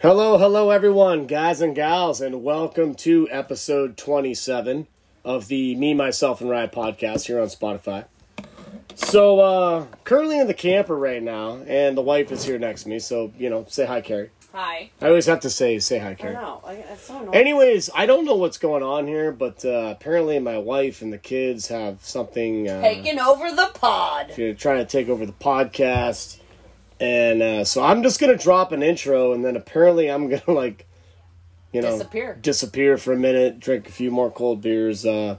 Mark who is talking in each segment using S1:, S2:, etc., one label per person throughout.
S1: Hello, hello, everyone, guys and gals, and welcome to episode 27 of the Me, Myself, and Ryan podcast here on Spotify. So, uh, currently in the camper right now, and the wife is here next to me, so, you know, say hi, Carrie.
S2: Hi.
S1: I always have to say, say hi,
S2: I
S1: Carrie.
S2: know. I, it's so annoying.
S1: Anyways, I don't know what's going on here, but uh, apparently my wife and the kids have something. Uh,
S2: Taking over the pod.
S1: to try to take over the podcast. And uh, so I'm just gonna drop an intro, and then apparently I'm gonna like, you know,
S2: Disappear.
S1: disappear for a minute, drink a few more cold beers. Uh,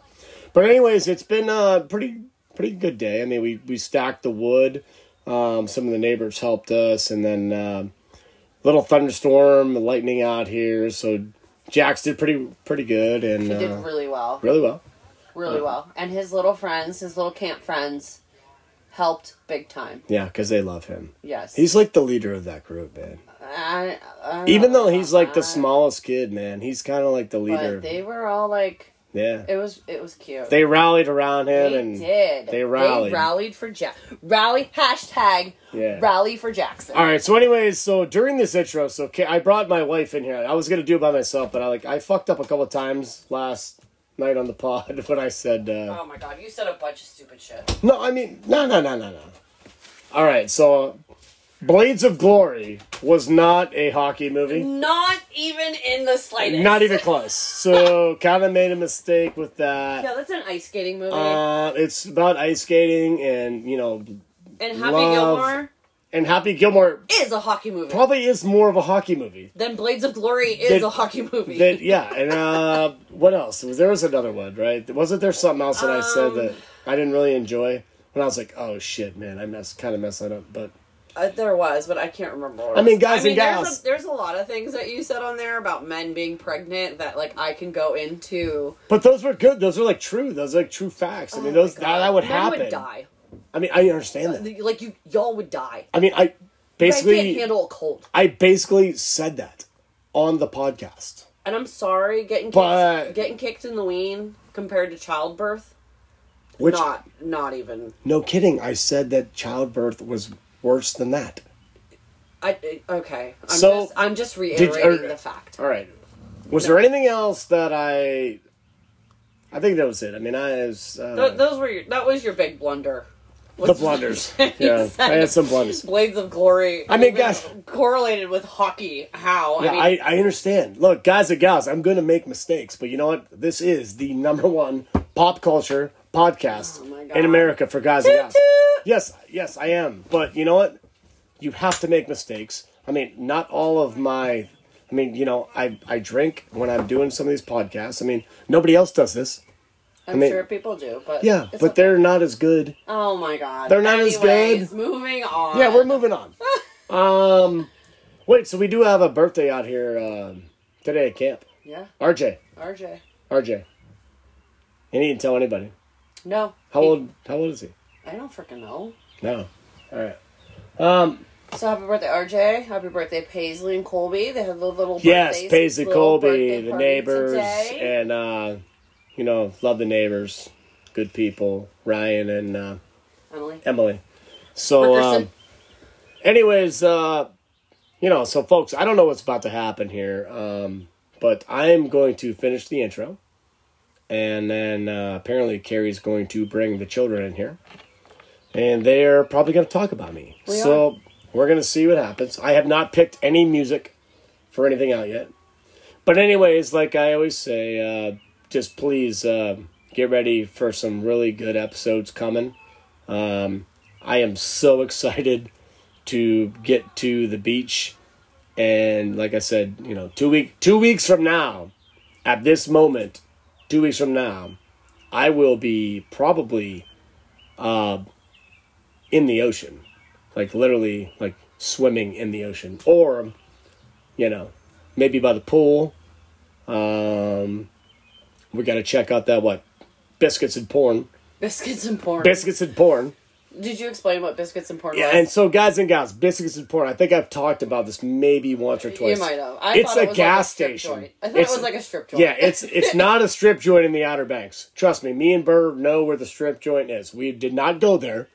S1: but anyways, it's been a pretty pretty good day. I mean, we we stacked the wood. Um, some of the neighbors helped us, and then um little thunderstorm, lightning out here. So Jax did pretty pretty good, and
S2: He did
S1: uh,
S2: really well.
S1: really well.
S2: Really well. And his little friends, his little camp friends, helped big time.
S1: Yeah, because they love him.
S2: Yes.
S1: He's like the leader of that group, man.
S2: I, I don't
S1: Even
S2: know
S1: though he's like the
S2: about that,
S1: smallest kid, man, he's kind of like the leader.
S2: But they were all like,
S1: yeah,
S2: it was it was cute.
S1: they rallied around him,
S2: They
S1: and
S2: did.
S1: they rallied.
S2: They rallied for Jack. Rally hashtag.
S1: Yeah.
S2: Rally for Jackson.
S1: all right. So, anyways, so during this intro, so Ca- I brought my wife in here. I was gonna do it by myself, but I like I fucked up a couple times last night on the pod when I said uh,
S2: Oh my god, you said a bunch of stupid shit.
S1: no. I mean, no, no, no, no, no. All right, so Blades of Glory was not a hockey movie.
S2: Not even in the slightest.
S1: Not even close. So, kind of made a mistake with that.
S2: Yeah, that's an ice skating movie.
S1: Uh, it's about ice skating and you know
S2: and Happy
S1: love-
S2: Gilmore
S1: and Happy Gilmore
S2: is a hockey movie.
S1: probably is more of a hockey movie.
S2: Then Blades of Glory is
S1: That-
S2: a hockey movie.
S1: That yeah, and uh, what else? Was- There was another one, right? Wasn't there something else that I
S2: Um,
S1: said that I didn't really enjoy? When I was like, oh shit, man, I mess kind of messed that up. But
S2: Uh, there was, but I can't remember. What
S1: I mean,
S2: it was.
S1: guys and
S2: there's
S1: gals.
S2: A, there's a lot of things that you said on there about men being pregnant that like I can go into.
S1: but those were good. Those were like true. Those are like true facts. I mean, those that, that would
S2: Oh Men
S1: happen.
S2: Would die.
S1: I mean, I understand that.
S2: Like you, y'all would die.
S1: I mean, I
S2: I can't
S1: basically,
S2: handle a cold,
S1: I basically said that on the podcast.
S2: and I'm sorry getting kicked,
S1: But-
S2: getting kicked in the ween compared to childbirth.
S1: Which
S2: not not even.
S1: no kidding, I said that childbirth was worse than that.
S2: I I- okay. I'm
S1: So,
S2: just, I'm just
S1: you-
S2: reiterating
S1: or-
S2: the fact.
S1: All right. Was there anything else that I? I think that was it. I mean, I was uh,
S2: Th- those were your, that was your big blunder.
S1: the blunders. yeah, I had some blunders.
S2: Blades of Glory.
S1: I mean,
S2: even
S1: guys-
S2: correlated with hockey. How?
S1: Yeah,
S2: I mean,
S1: I, I understand. Look, guys and gals, I'm going to make mistakes, but you know what? This is the number one pop culture podcast
S2: Oh my God.
S1: in America for guys and gals.
S2: Toot toot.
S1: Yes, yes, I am. But you know what? You have to make mistakes. I mean, not all of my. I mean, you know, I I drink when I'm doing some of these podcasts. I mean, nobody else does this.
S2: I'm
S1: mean-
S2: sure people do, but
S1: Yeah,
S2: it's
S1: but
S2: okay.
S1: they're not as good.
S2: oh my god,
S1: they're not as
S2: Anyways,
S1: good.
S2: Moving on.
S1: Yeah, we're moving on. um, wait, so we do have a birthday out here um, today at camp.
S2: yeah.
S1: RJ,
S2: RJ.
S1: RJ. And he didn't tell anybody.
S2: No.
S1: How
S2: He-
S1: old? How old is he?
S2: I don't freaking know.
S1: No. All right.
S2: So happy birthday, RJ. Happy birthday, Paisley and Colby. They had the little
S1: Yes,
S2: birthdays,
S1: Paisley
S2: little
S1: Colby,
S2: birthday
S1: the
S2: party
S1: neighbors,
S2: today.
S1: and uh, you know, love the neighbors, good people, Ryan and uh,
S2: Emily.
S1: Emily. So,
S2: Wilkerson.
S1: um, anyways, uh, you know, so folks, I don't know what's about to happen here, um, but I'm going to finish the intro, and then uh, apparently Carrie's going to bring the children in here, and they're probably going to talk about me.
S2: We
S1: so we're going to see what happens. I have not picked any music for anything out yet, but anyways, like I always say, uh, just please uh, get ready for some really good episodes coming. Um, I am so excited to get to the beach, and like I said, you know, two week two weeks from now, at this moment, two weeks from now, I will be probably, uh, in the ocean, like literally, like swimming in the ocean, or, you know, maybe by the pool. Um, we got to check out that what, biscuits and porn,
S2: Biscuits and porn.
S1: biscuits and porn.
S2: Did you explain what biscuits and porn
S1: Yeah,
S2: was?
S1: and so guys and gals, biscuits and porn. I think I've talked about this maybe once or twice.
S2: You might have. I
S1: it's
S2: thought it
S1: a
S2: was
S1: gas
S2: like a strip
S1: station.
S2: Joint. I thought
S1: It's-
S2: it was like a strip joint.
S1: Yeah, it's it's not a strip joint in the Outer Banks. Trust me, me and Burr know where the strip joint is. We did not go there,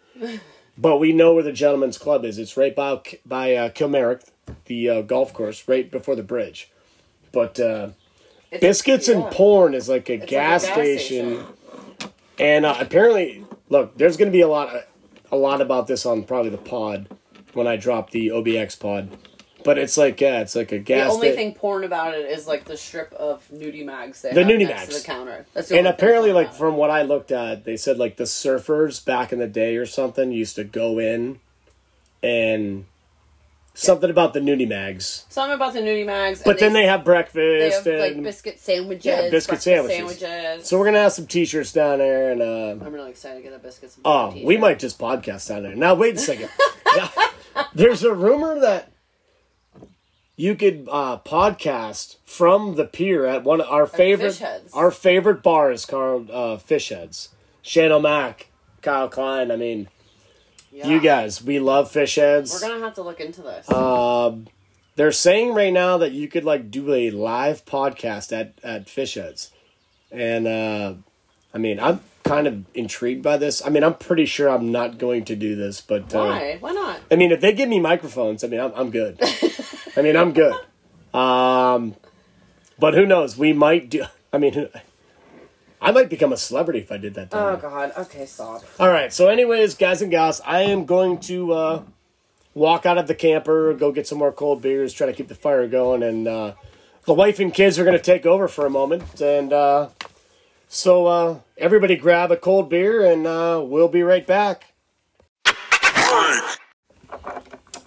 S1: but we know where the Gentleman's Club is. It's right by by uh, Kilmarnock, the uh, golf course, right before the bridge. But uh,
S2: It's-
S1: biscuits
S2: yeah.
S1: and porn is like a,
S2: It's like a
S1: gas, station, and uh, apparently, look, there's going to be a lot a lot about this on probably the pod when I drop the OBX pod. But it's like yeah, it's like a
S2: The
S1: gas.
S2: only
S1: sta-
S2: thing porn about it is like the strip of nudie mags. They
S1: The
S2: have
S1: nudie
S2: next to
S1: mags.
S2: the counter. That's the
S1: and
S2: only thing
S1: apparently
S2: about
S1: like
S2: it.
S1: from what i looked at they said like the surfers back in the day or something used to go in and something about the nudie mags
S2: something about the nudie mags.
S1: but then
S2: they,
S1: they have
S2: they
S1: breakfast
S2: have like
S1: and
S2: biscuit sandwiches.
S1: Yeah, biscuit
S2: breakfast
S1: sandwiches.
S2: sandwiches.
S1: so we're gonna have some t-shirts down there and uh
S2: I'm really excited to get a biscuits. And
S1: oh
S2: porn
S1: we
S2: t-shirt.
S1: might just podcast down there now wait a second Now, there's a rumor that you could uh, podcast from the pier at one of our favorite
S2: Fish Heads.
S1: our favorite bar is called uh, Fish Heads. Shane O'Mac, Kyle Klein. I mean,
S2: Yeah.
S1: you guys, we love Fish
S2: We're
S1: Heads.
S2: gonna have to look into this.
S1: Um, they're saying right now that you could like do a live podcast at at Fish Heads, and uh, I mean, I'm kind of intrigued by this. I mean, I'm pretty sure I'm not going to do this, but uh,
S2: Why? Why not?
S1: I mean, if they give me microphones, I mean, I'm, I'm good. I mean, I'm good. Um, but who knows? We might do. I mean, who- I might become a celebrity if I did that.
S2: Oh
S1: Time.
S2: God. Okay, stop.
S1: All right. So, anyways, guys and gals, I am going to uh, walk out of the camper, go get some more cold beers, try to keep the fire going, and uh, the wife and kids are going to take over for a moment. And uh, so, uh, everybody, grab a cold beer, and uh, we'll be right back.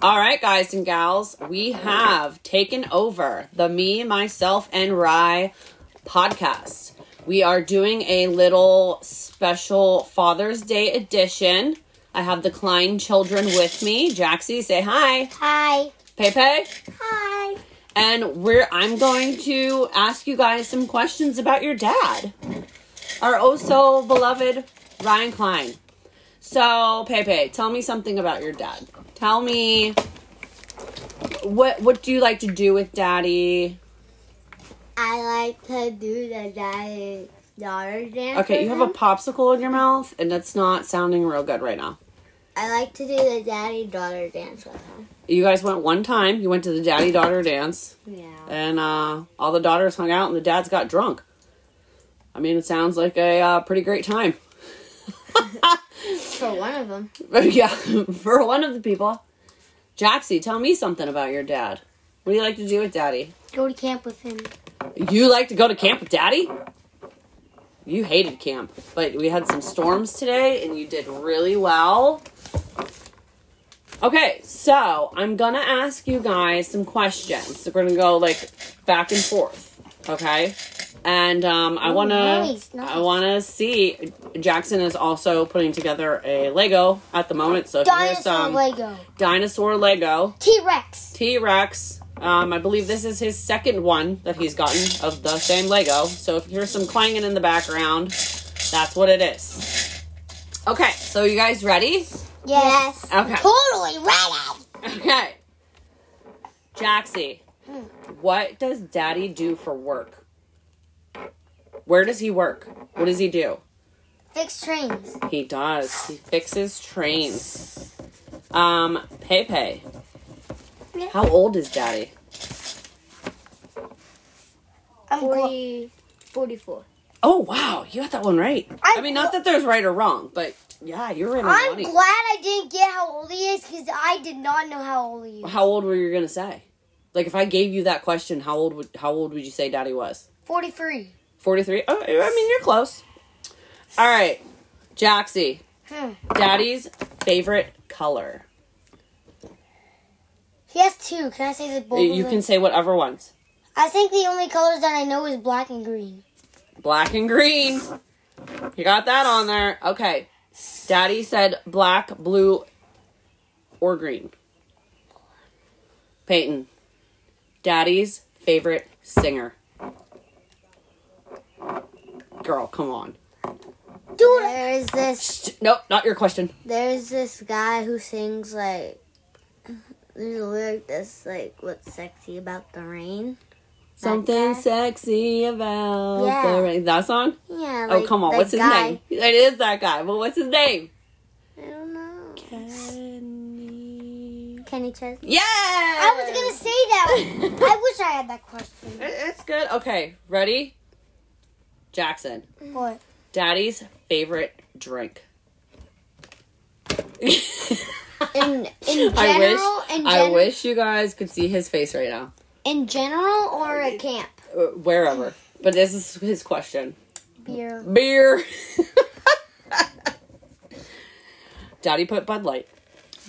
S2: All right, guys and gals, we have taken over the Me, Myself, and Rye podcast. We are doing a little special Father's Day edition. I have the Klein children with me. Jaxie, say hi.
S3: Hi.
S2: Pepe.
S3: Hi.
S2: And we're I'm going to ask you guys some questions about your dad. Our oh so beloved Ryan Klein. So, Pepe, tell me something about your dad. Tell me what what do you like to do with daddy?
S3: I like to do the daddy daughter dance.
S2: Okay, you have a popsicle in your mouth and that's not sounding real good right now.
S3: I like to do the daddy daughter dance with him.
S2: You guys went one time, you went to the daddy daughter dance.
S3: Yeah.
S2: and uh, all the daughters hung out and the dads got drunk. I mean, it sounds like a uh, pretty great time.
S3: For one of them.
S2: But yeah, for one of the people. Jaxie, tell me something about your dad. What do you like to do with daddy?
S3: Go to camp with him.
S2: um, You like to go to camp with daddy? You hated camp, but we had some storms today and you did really well. Okay, so I'm gonna ask you guys some questions. So we're gonna go like back and forth, okay? And um, I
S3: Ooh,
S2: wanna,
S3: Oh, nice, nice.
S2: I wanna see. Jackson is also putting together a Lego at the moment, so if there's
S3: Dinosaur
S2: some
S3: Lego.
S2: dinosaur Lego,
S3: T Rex.
S2: T Rex. Um, I believe this is his second one that he's gotten of the same Lego. So if you hear some clanging in the background, that's what it is. Okay, so you guys ready?
S3: Yes.
S2: Okay.
S3: Totally ready.
S2: Okay. Jaxie, what does daddy do for work? Where does he work? What does he do?
S3: Fix trains.
S2: He does. He fixes trains. Um, Pepe. How old is daddy?
S3: I'm 40, 44.
S2: Oh wow, you got that one right. i
S3: I'm
S2: mean, not that there's right or wrong, but yeah, you're in the
S3: I'm
S2: money.
S3: glad I didn't get how old he is because I did not know how old he is.
S2: how old were you gonna say? Like, if I gave you that question, how old would how old would you say Daddy was?
S3: 43.
S2: Forty three. Oh, I mean, you're close. All right, Jaxie,
S3: Hmm.
S2: Daddy's favorite color.
S3: He has two. Can I say the both? of
S2: You
S3: them?
S2: can say whatever ones.
S3: I think the only colors that I know is black and green.
S2: Black and green. You got that on there. Okay. Daddy said black, blue, or green. Peyton. Daddy's favorite singer. Girl, come on.
S3: Do There's this
S2: Nope, not your question.
S3: there's this guy who sings like there's a lyric that's like what's sexy about the rain.
S2: Something
S3: guy?
S2: sexy about
S3: Yeah.
S2: the rain. That song?
S3: Yeah.
S2: oh
S3: like
S2: come on,
S3: that
S2: what's his
S3: guy.
S2: name? It is that guy. Well, what's his name?
S3: I don't know.
S2: Kenny.
S3: Kenny Chesney.
S2: Yeah.
S3: I was gonna say that. one. I wish I had that question.
S2: It's good. Okay, ready? Jackson,
S3: What?
S2: Daddy's favorite drink.
S3: In in general,
S2: I wish
S3: in,
S2: I
S3: gen-
S2: wish you guys could see his face right now,
S3: in general or a camp
S2: Uh, wherever. But this is his question.
S3: beer.
S2: Beer. Daddy put Bud Light.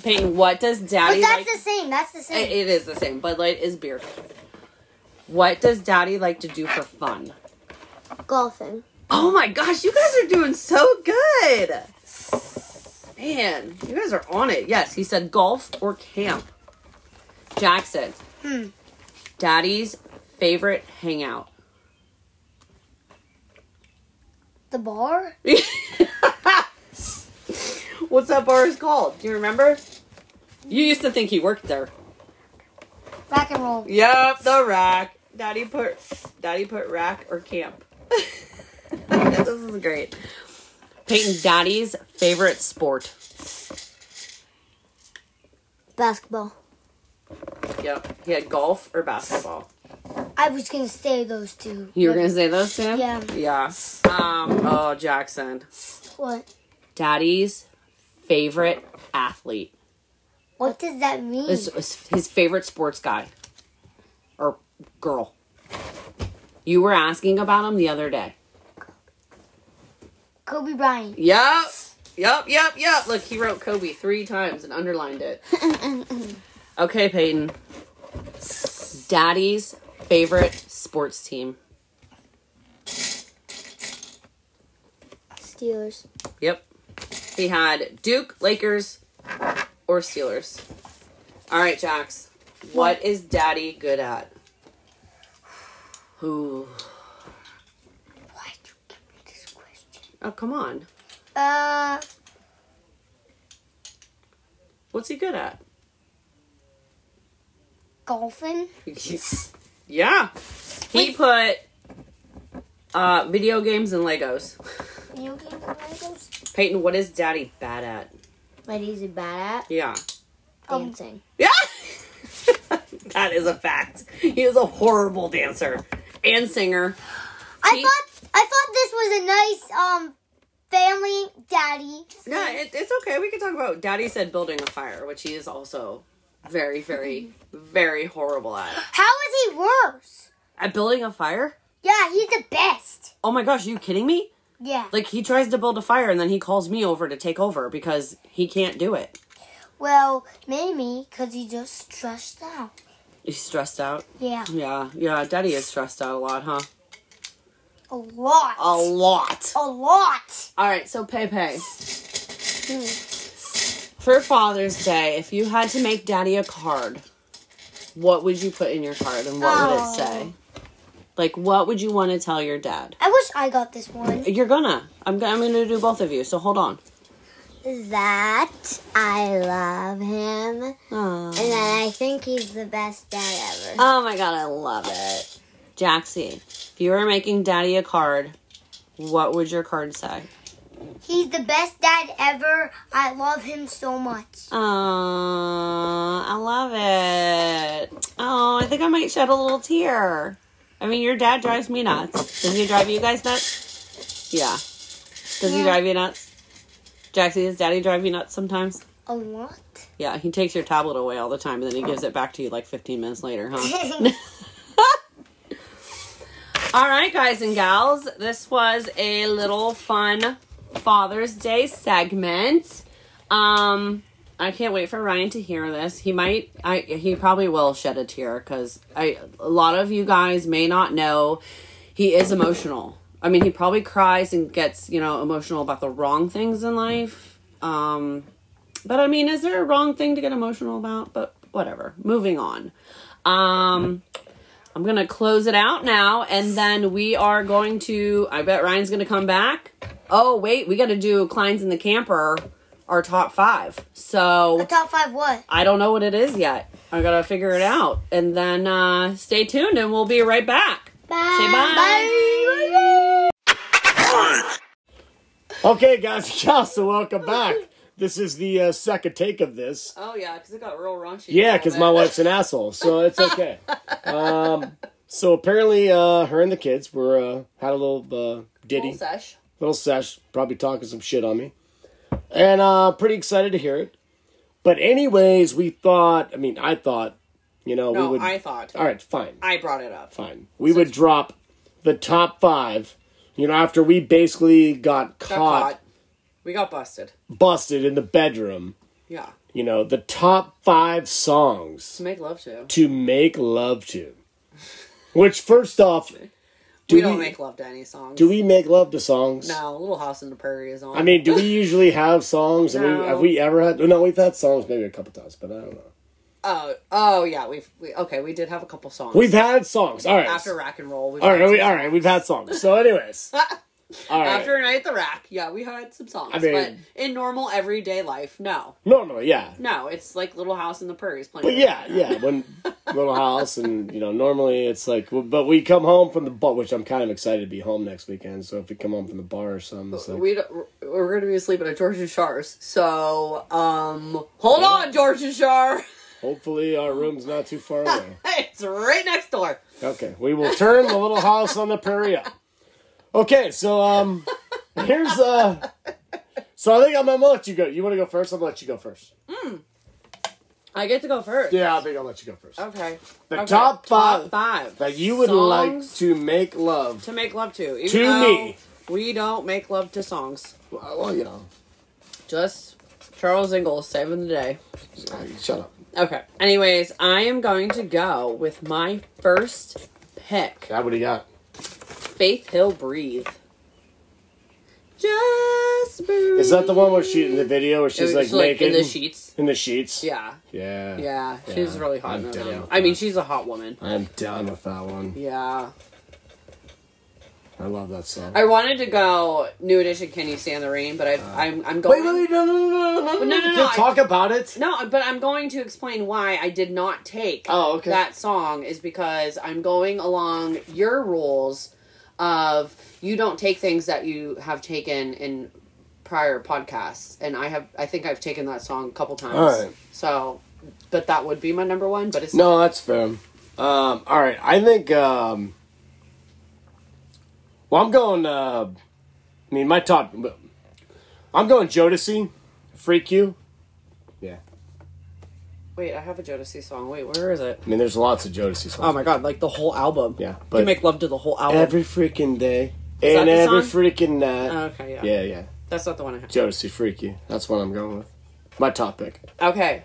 S2: Peyton, what does
S3: But
S2: Daddy
S3: that's
S2: like?
S3: the same. That's the same.
S2: It- it is the same. Bud Light is beer. What does Daddy like to do for fun?
S3: Golfing.
S2: Oh my gosh, you guys are doing so good. Man, you guys are on it. Yes, he said golf or camp. Jackson.
S3: Hmm.
S2: Daddy's favorite hangout.
S3: The bar.
S2: What's that bar is called? Do you remember? You used to think he worked there.
S3: Rock and roll.
S2: Yep, the rack. Daddy put Daddy put rack or camp. this is great. Peyton, Daddy's favorite sport.
S3: Basketball.
S2: Yep, he had golf or basketball.
S3: I was gonna say those two.
S2: You were
S3: but-
S2: gonna say those two?
S3: Yeah.
S2: Yeah. Um. Oh, Jackson.
S3: What?
S2: Daddy's favorite athlete.
S3: What does that mean?
S2: This was his favorite sports guy or girl. You were asking about him the other day.
S3: Kobe Bryant.
S2: Yep. Yep. Yep. Yep. Look, he wrote Kobe three times and underlined it. okay, Peyton. Daddy's favorite sports team.
S3: Steelers.
S2: Yep. He had Duke, Lakers, or Steelers. All right, Jax. What is Daddy good at? Who?
S3: Why'd you give me this question?
S2: Oh, come on.
S3: Uh,
S2: What's he good at?
S3: golfing.
S2: yeah. He put uh, video games and Legos.
S3: Video games and Legos.
S2: Peyton, what is Daddy bad at?
S3: What is he bad at?
S2: Yeah.
S3: Dancing.
S2: Yeah. that is a fact. He is a horrible dancer and singer.
S3: I
S2: he-
S3: thought I thought this was a nice um family daddy.
S2: No, it, it's okay. We can talk about. Daddy said building a fire, which he is also very, very, very horrible at.
S3: How is he worse?
S2: At building a fire?
S3: Yeah, he's the best.
S2: Oh my gosh, are you kidding me?
S3: Yeah.
S2: Like he tries to build a fire and then he calls me over to take over because he can't do it.
S3: well, maybe because he just stressed out.
S2: He's stressed out.
S3: Yeah,
S2: Yeah, yeah. Daddy is stressed out a lot, huh?
S3: a lot.
S2: A lot.
S3: a lot.
S2: All right, so Pepe,
S3: Hmm.
S2: for Father's Day, if you had to make Daddy a card, what would you put in your card and what would it
S3: Oh.
S2: say? Like, what would you want to tell your dad?
S3: I wish I got this one.
S2: You're gonna. I'm, go- I'm gonna do both of you, so hold on.
S3: That I love him,
S2: Oh,
S3: and that I think he's the best dad ever.
S2: oh my god, I love it. Jaxie, if you were making daddy a card, what would your card say?
S3: He's the best dad ever. I love him so much.
S2: Oh, I love it. Oh, I think I might shed a little tear. I mean, your dad drives me nuts. Does he drive you guys nuts? Yeah. Does he
S3: Yeah.
S2: drive you nuts? Jaxie, does daddy drive you nuts sometimes?
S3: A lot.
S2: Yeah, he takes your tablet away all the time and then he gives it back to you like 15 minutes later, huh? All right, guys and gals, this was a little fun Father's Day segment. Um, I can't wait for Ryan to hear this. He might, I he probably will shed a tear because I a lot of you guys may not know he is emotional. I mean, he probably cries and gets you know emotional about the wrong things in life. Um, but I mean, is there a wrong thing to get emotional about? But whatever. Moving on. Um. I'm gonna close it out now, and then we are going to. I bet Ryan's gonna come back, oh wait, we got to do Klein's in the Camper, our top five. So
S3: The top five what?
S2: I don't know what it is yet. I gotta figure it out, and then uh, stay tuned, and we'll be right back.
S3: Bye.
S2: Say bye.
S1: Okay, guys and gals, so welcome back. This is the uh, second take of this.
S2: Oh yeah, because it got real raunchy.
S1: Yeah, because my wife's an asshole, so it's okay. Um, so apparently, uh, her and the kids were uh, had a little uh, ditty,
S2: sesh.
S1: little sesh, probably talking some shit on me, and uh, pretty excited to hear it. But anyways, we thought. I mean, I thought, you know, we
S2: No,
S1: would.
S2: I thought
S1: All right, fine,
S2: I brought it up.
S1: fine. We would drop the top five. You know, after we basically
S2: Got
S1: caught.
S2: caught. We got busted.
S1: busted in the bedroom.
S2: Yeah,
S1: You know, the top five songs
S2: to make love to.
S1: to make love to. Which, first off, do
S2: we don't make love to any songs.
S1: do we make love to songs?
S2: No, Little House in the Prairie is on.
S1: I mean, do we usually have songs? I mean,
S2: No.
S1: have we ever had? No, we've had songs maybe a couple times, but I don't know.
S2: oh, oh yeah, we've we, okay. We did have a couple songs
S1: We've had songs. All right.
S2: after Rack and Roll. We've
S1: all right,
S2: had
S1: we,
S2: some-
S1: all right. We've had songs. So, anyways, all right.
S2: After a night at the rack, yeah, we had some songs,
S1: I mean-
S2: but in normal everyday life, no,
S1: normally, yeah,
S2: no, it's like Little House in the Prairie is playing.
S1: but yeah, yeah. When little house and you know, normally it's like, but we come home from the bar, which I'm kind of excited to be home next weekend. So if we come home from the bar or something, it's like,
S2: we don't, we're going to be asleep at a Georgian Shars, so um, hold on, Georgian Shar,
S1: Hopefully, our room's not too far away.
S2: it's right next door.
S1: Okay, we will turn the little house on the prairie up. Okay, so um, here's uh, so I think I'm, I'm gonna let you go. You want to go first? I'm gonna let you go first.
S2: I get to go first.
S1: Yeah, I think I'll let you go first.
S2: Okay.
S1: The
S2: Oh, Okay,
S1: top five
S2: five
S1: that you would like
S2: songs
S1: to make love.
S2: to make love to. Even
S1: To
S2: though
S1: me.
S2: We don't make love to songs.
S1: Well, well, you know,
S2: Just Charles Ingalls saving the day.
S1: shut up.
S2: Okay. Anyways, I am going to go with my first pick
S1: God, what do you got?
S2: Faith Hill Breathe. Just breathe.
S1: Is that the one where she in the video where she's
S2: It
S1: like
S2: was,
S1: naked
S2: in the sheets?
S1: In the sheets.
S2: Yeah.
S1: Yeah.
S2: Yeah. She's
S1: Yeah,
S2: really hot.
S1: I'm
S2: in that
S1: down
S2: one.
S1: with
S2: I mean,
S1: that.
S2: she's a hot woman.
S1: I'm down with that one.
S2: Yeah.
S1: I love that song.
S2: I wanted to go New Edition Can You Stand the Rain, but I,
S1: Uh.
S2: I'm, I'm going.
S1: Wait, wait, wait, no, no, no, no, no, no,
S2: no,
S1: no,
S2: no,
S1: no,
S2: no, I-
S1: Talk about it.
S2: No, but I'm going to explain why I did not take
S1: Oh, okay.
S2: that song is because I'm going along your rules of you don't take things that you have taken in prior podcasts and I have I think I've taken that song a couple times.
S1: All right.
S2: So but that would be my number one, but it's
S1: No, that's fair. Um, all right, I think. Um, well, I'm going. Uh, I mean, my top. I'm going Jodeci, Freak You. Yeah,
S2: wait, I have a Jodeci song. Wait, where is it?
S1: I mean, there's lots of Jodeci songs.
S2: Oh my god, like the whole album.
S1: Yeah,
S2: you
S1: but-
S2: make love to the whole album.
S1: Every freaking day
S2: that
S1: and
S2: the
S1: every
S2: song?
S1: freaking night.
S2: Oh, okay, yeah.
S1: yeah, yeah.
S2: That's not the one I have.
S1: Jodeci, Freak You. That's what I'm going with. My top pick.
S2: Okay.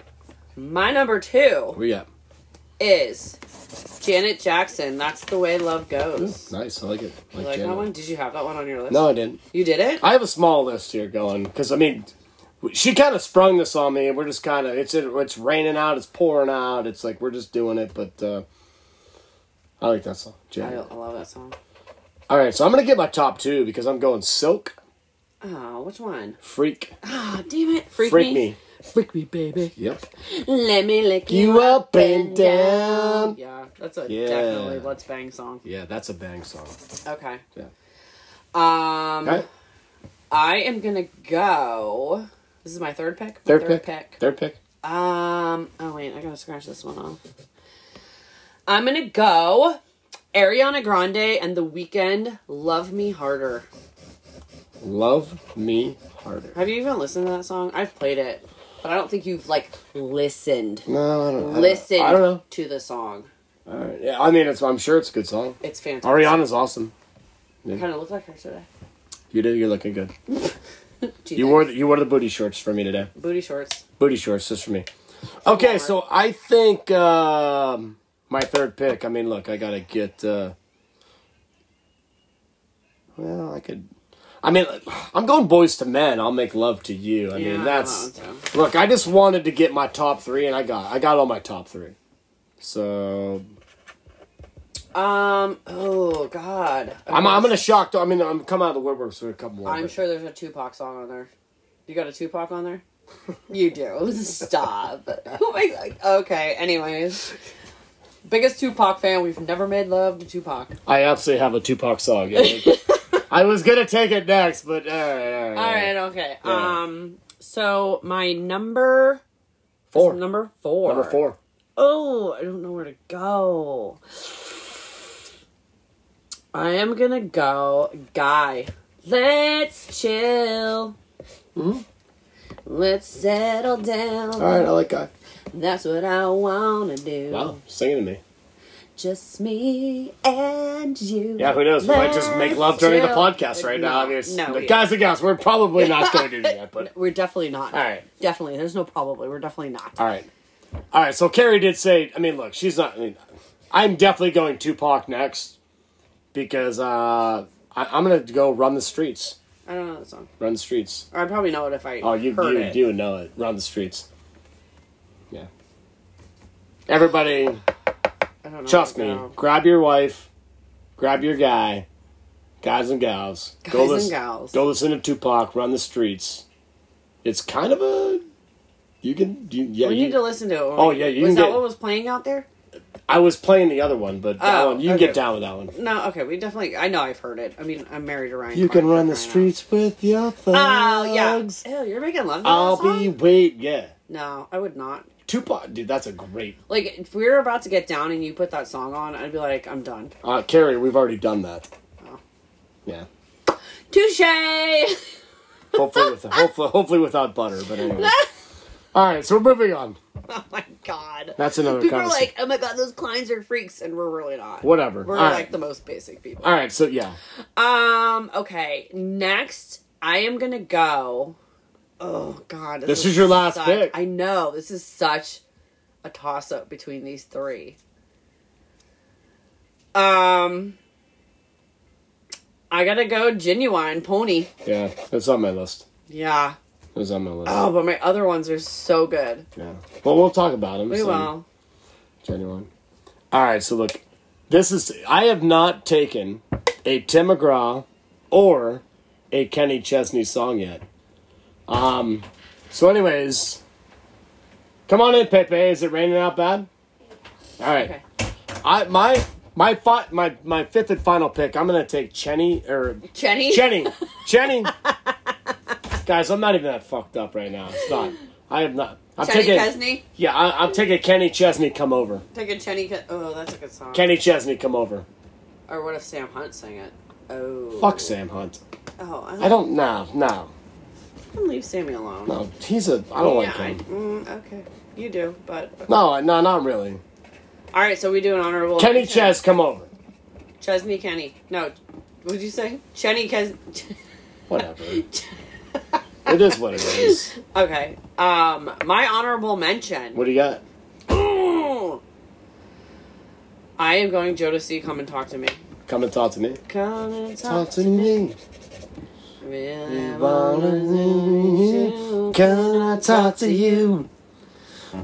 S2: My number two
S1: We got
S2: is Janet Jackson. That's the way love goes.
S1: nice. I like it.
S2: You like
S1: Janet.
S2: that one? Did you have that one on your list?
S1: No, I didn't.
S2: You did it?
S1: I have a small list here going because I mean, she kind of sprung this on me, and we're just kind of it's it's raining out, it's pouring out, it's like we're just doing it. But uh, I like that song,
S2: I,
S1: Janet.
S2: I love that song.
S1: All right, so I'm gonna get my top two because I'm going Silk,
S2: Oh, which one?
S1: Freak,
S2: Oh, damn it. Freak,
S1: Freak Me.
S2: Freak me, baby.
S1: Yep.
S2: Let me lick you,
S1: You
S2: up.
S1: up and down.
S2: Yeah, that's a
S1: Yeah.
S2: definitely Let's Bang song.
S1: Yeah, that's a bang song.
S2: Okay.
S1: Yeah.
S2: Um,
S1: Okay.
S2: I am going to go. This is my third pick? My
S1: Third, pick. Third pick.
S2: Um, oh, wait. I got to scratch this one off. I'm going to go Ariana Grande and The Weeknd, Love Me Harder.
S1: Love me harder.
S2: Have you even listened to that song? I've played it, but I don't think you've like listened.
S1: No, I don't. I don't-
S2: Listen
S1: I don't know.
S2: to the song.
S1: All right. Yeah, I mean, it's. I'm sure it's a good song.
S2: It's fantastic.
S1: Ariana's awesome.
S2: kind of look like her today.
S1: You do. You're looking good.
S2: Do
S1: You
S2: think?
S1: wore the, you wore the booty shorts for me today.
S2: booty shorts.
S1: booty shorts just for me. Okay, so I think um, my third pick. I mean, look, I gotta get. Uh, well, I could. I mean, I'm going boys to men. I'll make love to you. I
S2: Yeah,
S1: mean,
S2: I
S1: that's.
S2: don't know.
S1: Look, I just wanted to get my top three, and I got I got all my top three. So,
S2: Um. Oh God.
S1: I'm, I'm gonna shock. I mean, I'm come out of the woodworks with a couple more.
S2: I'm
S1: but-
S2: sure there's a Tupac song on there. You got a Tupac on there? you do. Stop. Who am I? Like? Okay. Anyways, biggest Tupac fan. We've never made love to Tupac.
S1: I absolutely have a Tupac song. yeah. I was gonna take it next, but all right, all right,
S2: All right. Okay.
S1: Yeah.
S2: Um. So my number
S1: Four.
S2: Number four.
S1: Number four.
S2: Oh, I don't know where to go. I am gonna go guy. Let's chill.
S1: Mhm.
S2: Let's settle down.
S1: All right, I like guy.
S2: That's what I wanna do.
S1: Wow, singing to me.
S2: Just me and you.
S1: Yeah, who knows? We might just make love during the
S2: Let's
S1: podcast
S2: chill.
S1: right now. I mean, it's-
S2: no,
S1: the
S2: yeah.
S1: guys and gals, we're probably not going to do that, but
S2: we're definitely not.
S1: all right, Uh,
S2: Definitely, there's no probably. We're definitely not.
S1: all right, all right. So Carrie did say. I mean, look, she's not. I mean, I'm definitely going Tupac next because uh, I, I'm gonna go run the streets.
S2: I don't know that song.
S1: Run the streets.
S2: I probably know it if I
S1: Oh, you
S2: heard
S1: you,
S2: it.
S1: you would know it. Run the streets. Yeah. Everybody,
S2: I don't know.
S1: trust me.
S2: No.
S1: Grab your wife. Grab your guy. Guys and gals.
S2: Guys
S1: go
S2: and
S1: listen,
S2: gals.
S1: Go listen to Tupac. Run the streets. It's kind of a. You can. You, yeah.
S2: We
S1: you-
S2: need to listen to it.
S1: Oh, yeah, you
S2: was
S1: can
S2: that
S1: get-
S2: what was playing out there?
S1: I was playing the other one, but that
S2: Oh,
S1: one, you can
S2: okay.
S1: get down with that one.
S2: No, okay, we definitely. I know I've heard it. I mean, I'm married to Ryan.
S1: You can
S2: Clark,
S1: run the
S2: for crying out
S1: streets with your
S2: loud. Oh yeah.
S1: thugs.
S2: Ew, you're making love. To
S1: I'll
S2: that song?
S1: be wait. Yeah.
S2: No, I would not.
S1: Tupac, dude, that's a great.
S2: Like if we were about to get down and you put that song on, I'd be like, I'm done.
S1: Uh, Carrie, we've already done that.
S2: Oh.
S1: Yeah.
S2: Touche.
S1: Hopefully, with, hopefully, hopefully without butter. But anyway. All right, so we're moving on.
S2: oh my god.
S1: That's another
S2: People are
S1: conversation.
S2: like, oh my god, those clients are freaks, and we're really not.
S1: Whatever.
S2: We're
S1: All
S2: like
S1: right.
S2: the most basic people.
S1: All right, so yeah,
S2: Um. Okay. Next, I am gonna go. Oh God.
S1: This is your last
S2: such-
S1: pick.
S2: I know. This is such a toss up between these three. Um. I gotta go genuine pony.
S1: yeah, it's on my list.
S2: Yeah.
S1: It's on my list.
S2: Oh, but my other ones are so good.
S1: Yeah. Well, we'll talk about them.
S2: We
S1: so-
S2: will.
S1: Genuine. All right, so look, this is I have not taken a Tim McGraw or a Kenny Chesney song yet. Um. So, anyways, come on in, Pepe. Is it raining out bad? All right.
S2: Okay.
S1: I my my fi- my my fifth and final pick. I'm gonna take Chenny or
S2: Jenny.
S1: Jenny. Jenny. Guys, I'm not even that fucked up right now. It's not. I am not. I'm
S2: Jenny
S1: taking.
S2: Kesney.
S1: Yeah, I, I'm taking Kenny Chesney. Come over.
S2: Take a Jenny. Kes- oh, that's a good song.
S1: Kenny Chesney, come over.
S2: Or what if Sam Hunt sang it? Oh.
S1: Fuck Sam Hunt.
S2: Oh, I don't,
S1: I don't. No, no,
S2: leave Sammy alone.
S1: no. He's a. I don't like
S2: I-
S1: him.
S2: mm, okay, you do, but
S1: No, no, not really.
S2: all right. So we do an honorable.
S1: Kenny
S2: mention.
S1: Ches, come over.
S2: Chesney Kenny. No, would you say Chenny Kes?
S1: Whatever. it is what it is.
S2: okay. Um, my honorable mention.
S1: What do you got?
S2: Ooh. I am going Jodeci. Come and talk to me.
S1: Come and talk to me.
S2: Come and talk,
S1: Talk to me.
S2: to me.
S1: Can I talk to you?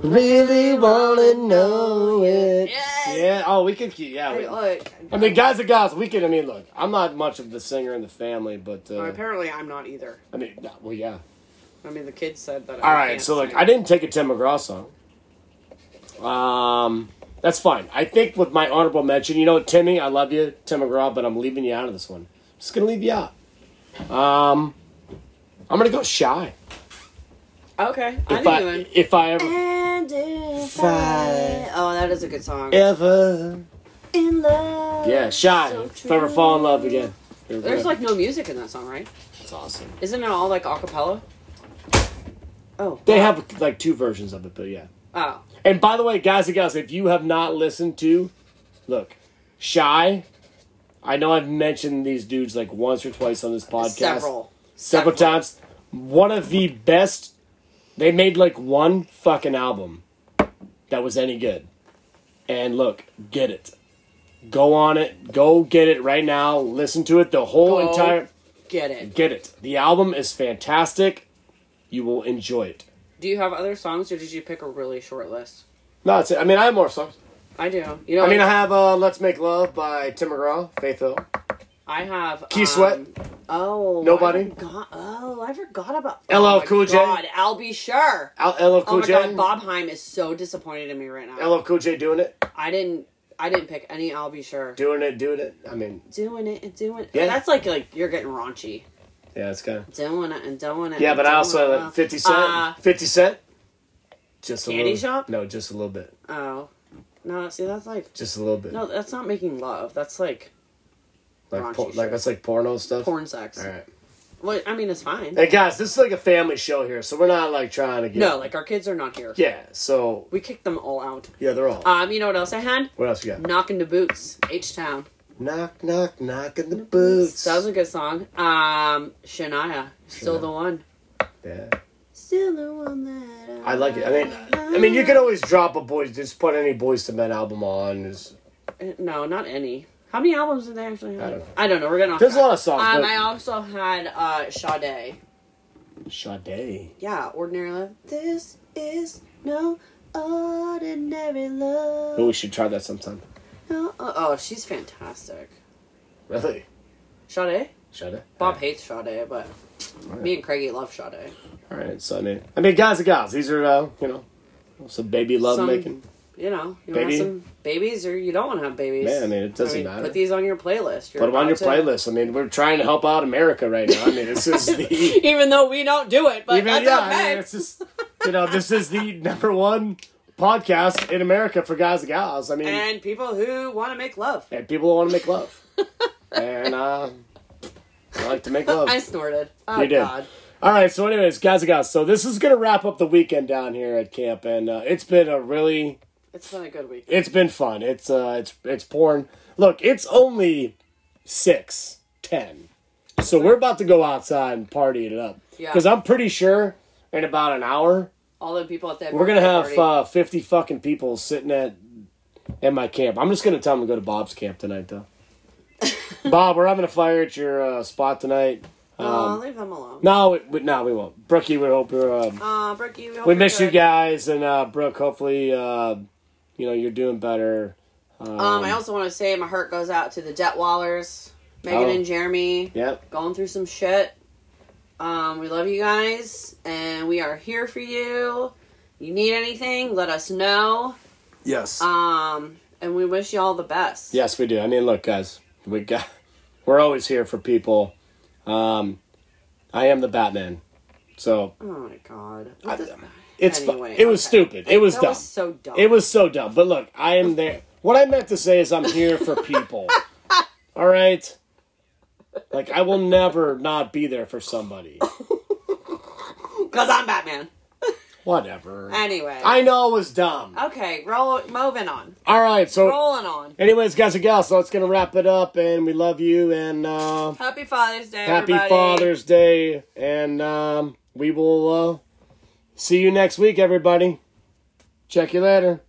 S1: Really wanna know it?
S2: Yes.
S1: Yeah. Oh, we could keep. Yeah.
S2: Hey,
S1: We,
S2: look.
S1: I mean, guys and gals, we can. I mean, look, I'm not much of the singer in the family, but uh,
S2: Apparently, I'm not either.
S1: I mean, nah, well, yeah.
S2: I mean, the kids said that.
S1: All right, so like I didn't take a Tim McGraw song. Um, that's fine. I think with my honorable mention, you know, Timmy, I love you, Tim McGraw, but I'm leaving you out of this one. I'm just gonna leave you out. Um, I'm gonna go shy.
S2: Okay, I
S1: If
S2: didn't
S1: I,
S2: even.
S1: if I ever
S2: And if
S1: I-
S2: Oh, that is a good song.
S1: ever
S3: In love.
S1: yeah shy
S3: So
S1: if I ever fall in love again.
S2: There's like no music in that song, right?
S1: it's awesome.
S2: Isn't it all like a cappella? Oh.
S1: They have like two versions of it, but yeah.
S2: Oh.
S1: And by the way, guys and gals, if you have not listened to, look, Shy, I know I've mentioned these dudes like once or twice on this podcast.
S2: Several.
S1: Several times. One of the best. They made like one fucking album that was any good. And look, get it. Go on it. Go get it right now. Listen to it. The whole
S2: Go.
S1: entire.
S2: Get it.
S1: Get it. The album is fantastic. You will enjoy it.
S2: Do you have other songs or did you pick a really short list?
S1: No, it's, I mean, I have more songs.
S2: I do. You know,
S1: I mean, I have uh, "Let's Make Love" by Tim McGraw, Faith Hill.
S2: I have
S1: Key Sweat.
S2: Oh,
S1: Nobody.
S2: I forgot, oh, I forgot about
S1: LL
S2: oh my
S1: Cool J.
S2: God, I'll be sure.
S1: Al- LL
S2: oh
S1: Cool
S2: my
S1: J.
S2: god, Bob Heim is so disappointed in me right now.
S1: LL Cool J doing it,
S2: I didn't, I didn't pick any. I'll be sure.
S1: doing it, doing it. I mean,
S2: doing it and doing.
S1: Yeah.
S2: that's like like you're getting raunchy.
S1: yeah, it's kind of.
S2: Doing it and doing it.
S1: Yeah,
S2: and
S1: but I
S2: doing
S1: also
S2: it.
S1: like Fifty Cent.
S2: Uh,
S1: Fifty Cent. Just a
S2: Candy
S1: little,
S2: Shop?
S1: No, just a little bit.
S2: oh, no, see that's like
S1: Just a little bit.
S2: no, that's not making love. That's like
S1: like,
S2: raunchy
S1: por-
S2: shit.
S1: like that's like porno stuff.
S2: porn sex.
S1: All right.
S2: Well, I mean, it's fine.
S1: Hey guys, this is like a family show here, so we're not like trying to get.
S2: No, like our kids are not here.
S1: Yeah. So
S2: We kicked them all out.
S1: yeah, they're all.
S2: Um, you know what else I had?
S1: what else you got?
S2: Knocking to Boots, H Town.
S1: Knock, knock, knock in the
S2: Mm,
S1: boots.
S2: That was a good song. Um, Shania, still the one.
S1: yeah.
S2: Still the one that
S1: I like it. I mean, I mean, you can always drop a boys, just put any Boys to Men album on. It's-
S2: Uh, No, not any. How many albums did they actually have? I
S1: don't
S2: don't
S1: know.
S2: know. We're gonna.
S1: There's a lot of songs,
S2: Um,
S1: but-
S2: I also had uh Sade.
S1: Sade.
S2: Yeah, ordinary love. This is no ordinary love.
S1: Oh, we should try that sometime.
S2: No- oh, oh, she's fantastic.
S1: Really?
S2: Sade.
S1: Sade.
S2: Bob hates Sade, but
S1: Oh,
S2: me and Craigie love Sade.
S1: All right, so I mean, I mean, guys and gals, these are uh, you know, some baby love
S2: Some-
S1: making.
S2: You know, you
S1: Baby.
S2: want some babies or you don't want to have babies.
S1: Man, I mean, it doesn't matter.
S2: Put these on your playlist. You're
S1: Put them on your
S2: about to-
S1: playlist. I mean, we're trying to help out America right now. I mean, this is the
S2: Even though we don't do it, but
S1: even
S2: that's
S1: yeah. I
S2: okay.
S1: mean, it's just you know, this is the number one podcast in America for guys and gals. I mean, and,
S2: and people who want to make love.
S1: people want to make love, and uh, I like to make love.
S2: I snorted. Oh
S1: You did.
S2: God.
S1: All right, so anyways, guys and gals, so this is gonna wrap up the weekend down here at camp, and uh, it's been a really
S2: It's been a good week.
S1: it's been fun. It's uh, it's it's porn. Look, it's only six ten, so we're about to go outside and party it up.
S2: Yeah.
S1: Because I'm pretty sure in about an hour
S2: All the people at that
S1: we're gonna have
S2: party.
S1: uh, fifty fucking people sitting at at my camp. I'm just gonna tell them to go to Bob's camp tonight, though. Bob, we're having a fire at your uh, spot tonight.
S2: Aw, Oh,
S1: Um,
S2: leave them alone. Uh,
S1: No, we, we, no, we won't. Brookie, we hope you're. Um,
S2: Aw, Brookie, we, hope
S1: we
S2: you're
S1: miss you
S2: good.
S1: guys, and uh, Brooke. Hopefully, uh, you know you're doing better.
S2: Um, I also want to say my heart goes out to the Detwallers, Megan
S1: Oh.
S2: and Jeremy,
S1: Yep.
S2: going through some shit. Um, we love you guys, and we are here for you. You need anything, let us know.
S1: Yes.
S2: Um, and we wish you all the best.
S1: yes, we do. I mean, look, guys, we got. We're always here for people. Um, I am the Batman, so
S2: Oh my god.
S1: I-
S2: What the-
S1: it's. fu-
S2: Anyway,
S1: it was
S2: okay.
S1: stupid. It was
S2: that
S1: dumb.
S2: was so dumb.
S1: It was so dumb. But look, I am there. What I meant to say is I'm here for people. All right? Like, I will never not be there for somebody.
S2: because I'm Batman.
S1: Whatever.
S2: Anyway.
S1: I know it was dumb.
S2: okay, roll. Moving on.
S1: All right, so.
S2: Rolling on.
S1: Anyways, guys and gals, so it's going to wrap it up, and we love you, and uh,
S2: Happy Father's Day.
S1: happy
S2: everybody.
S1: Father's Day, and um, we will uh, see you next week, everybody. Check you later.